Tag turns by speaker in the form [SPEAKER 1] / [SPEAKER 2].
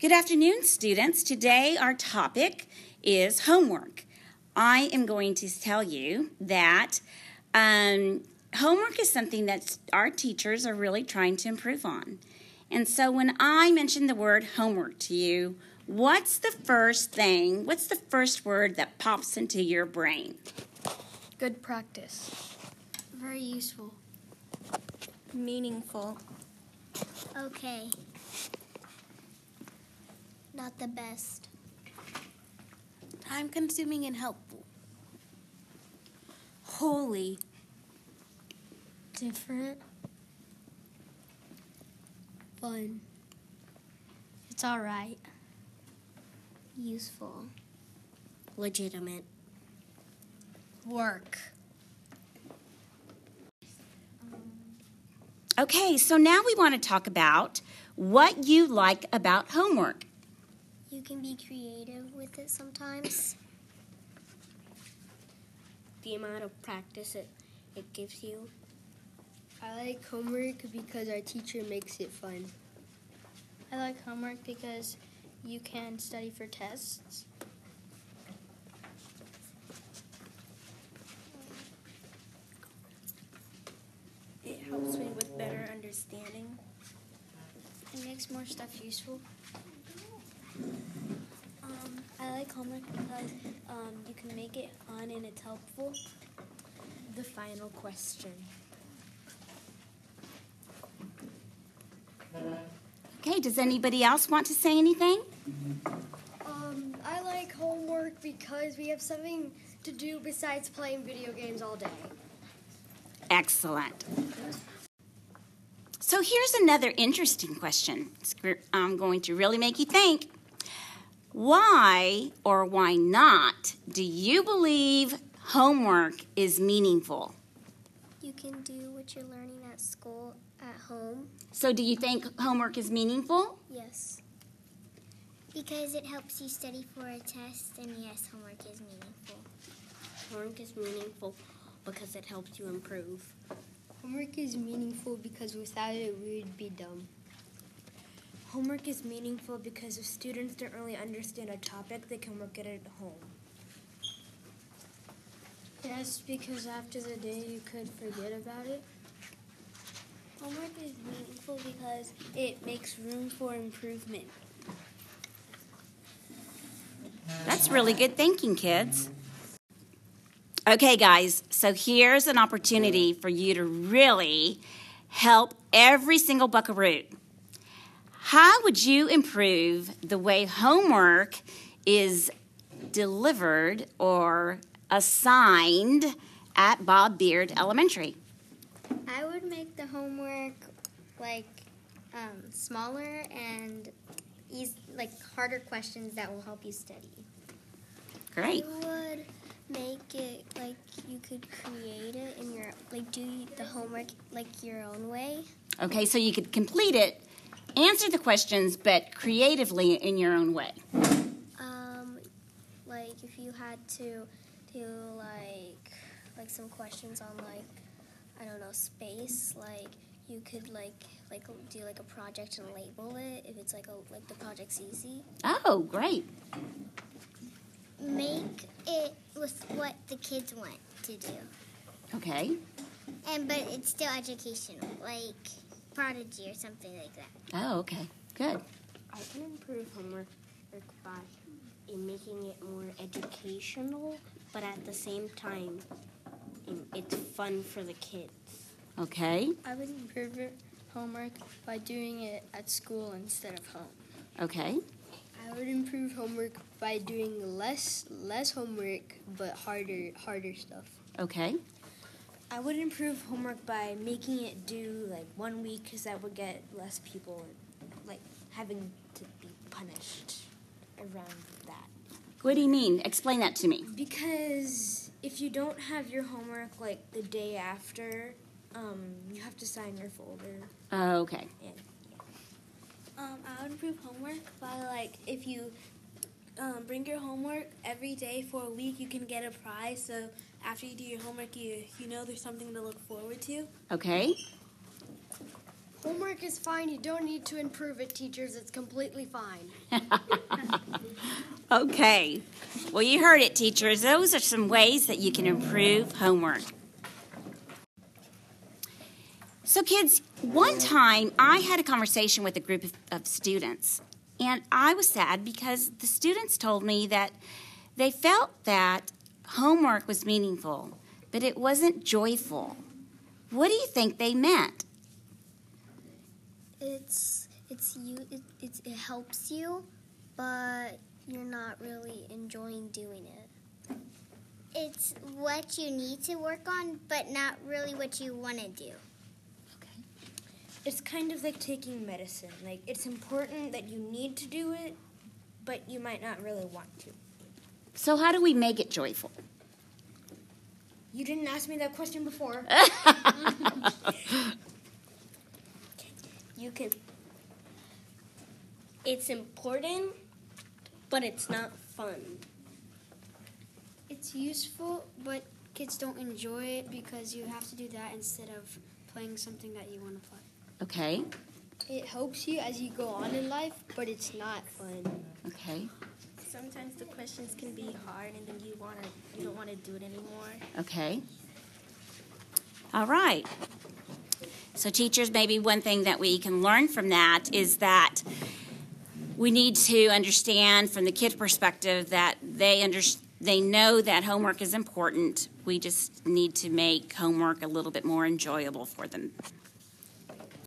[SPEAKER 1] Good afternoon, students. Today, our topic is homework. I am going to tell you that um, homework is something that our teachers are really trying to improve on. And so, when I mention the word homework to you, what's the first thing, what's the first word that pops into your brain?
[SPEAKER 2] Good practice.
[SPEAKER 3] Very useful.
[SPEAKER 2] Meaningful.
[SPEAKER 3] Okay. Not the best.
[SPEAKER 4] Time consuming and helpful.
[SPEAKER 5] Holy.
[SPEAKER 4] Different. Fun.
[SPEAKER 3] It's all right. Useful.
[SPEAKER 4] Legitimate. Work.
[SPEAKER 1] Okay, so now we want to talk about what you like about homework.
[SPEAKER 3] You can be creative with it sometimes.
[SPEAKER 4] The amount of practice it, it gives you. I like homework because our teacher makes it fun.
[SPEAKER 3] I like homework because you can study for tests.
[SPEAKER 4] It helps me with better understanding.
[SPEAKER 3] It makes more stuff useful. Um, I like homework because um, you can make it fun and it's helpful.
[SPEAKER 4] The final question.
[SPEAKER 1] Okay, does anybody else want to say anything?
[SPEAKER 6] Um, I like homework because we have something to do besides playing video games all day.
[SPEAKER 1] Excellent. So here's another interesting question. It's gr- I'm going to really make you think. Why or why not do you believe homework is meaningful?
[SPEAKER 3] You can do what you're learning at school at home.
[SPEAKER 1] So, do you think homework is meaningful?
[SPEAKER 3] Yes. Because it helps you study for a test, and yes, homework is meaningful.
[SPEAKER 4] Homework is meaningful because it helps you improve.
[SPEAKER 6] Homework is meaningful because without it, we would be dumb.
[SPEAKER 4] Homework is meaningful because if students don't really understand a topic, they can work it at home.
[SPEAKER 6] Yes, because after the day, you could forget about it.
[SPEAKER 4] Homework is meaningful because it makes room for improvement.
[SPEAKER 1] That's really good thinking, kids. Okay, guys, so here's an opportunity for you to really help every single buckaroo. How would you improve the way homework is delivered or assigned at Bob Beard Elementary?
[SPEAKER 3] I would make the homework like um, smaller and eas- like harder questions that will help you study.
[SPEAKER 1] Great.
[SPEAKER 3] would make it like you could create it in your like do the homework like your own way.
[SPEAKER 1] Okay, so you could complete it, answer the questions, but creatively in your own way.
[SPEAKER 3] Um, like if you had to do like like some questions on like I don't know space, like you could like like do like a project and label it if it's like a like the project's easy.
[SPEAKER 1] Oh, great.
[SPEAKER 3] Make it with what the kids want to do,
[SPEAKER 1] Okay.
[SPEAKER 3] and but it's still educational, like prodigy or something like that.
[SPEAKER 1] Oh, okay. Good.
[SPEAKER 4] I can improve homework by in making it more educational, but at the same time, um, it's fun for the kids.
[SPEAKER 1] Okay.
[SPEAKER 6] I would improve homework by doing it at school instead of home.
[SPEAKER 1] Okay.
[SPEAKER 6] I would improve homework by doing less less homework but harder harder stuff.
[SPEAKER 1] Okay.
[SPEAKER 4] I would improve homework by making it due like one week, because that would get less people like having to be punished around that.
[SPEAKER 1] What do you mean? Explain that to me.
[SPEAKER 4] Because if you don't have your homework like the day after, um, you have to sign your folder.
[SPEAKER 1] Oh, Okay.
[SPEAKER 4] Um, I would improve homework by like if you um, bring your homework every day for a week, you can get a prize. So after you do your homework, you you know there's something to look forward to.
[SPEAKER 1] Okay.
[SPEAKER 6] Homework is fine. You don't need to improve it, teachers. It's completely fine.
[SPEAKER 1] Okay. Well, you heard it, teachers. Those are some ways that you can improve homework. So, kids, one time I had a conversation with a group of, of students, and I was sad because the students told me that they felt that homework was meaningful, but it wasn't joyful. What do you think they meant?
[SPEAKER 3] It's it's you it, it's, it helps you, but you're not really enjoying doing it.
[SPEAKER 5] It's what you need to work on, but not really what you want to do.
[SPEAKER 4] It's kind of like taking medicine. Like it's important that you need to do it, but you might not really want to.
[SPEAKER 1] So, how do we make it joyful?
[SPEAKER 4] You didn't ask me that question before. you could. It's important, but it's not fun.
[SPEAKER 2] It's useful, but kids don't enjoy it because you have to do that instead of playing something that you want to play.
[SPEAKER 1] Okay.
[SPEAKER 2] It helps you as you go on in life, but it's not fun.
[SPEAKER 1] Okay.
[SPEAKER 7] Sometimes the questions can be hard, and then you want to you don't want to do it anymore.
[SPEAKER 1] Okay. All right. So, teachers, maybe one thing that we can learn from that is that we need to understand from the kid perspective that they under, they know that homework is important. We just need to make homework a little bit more enjoyable for them.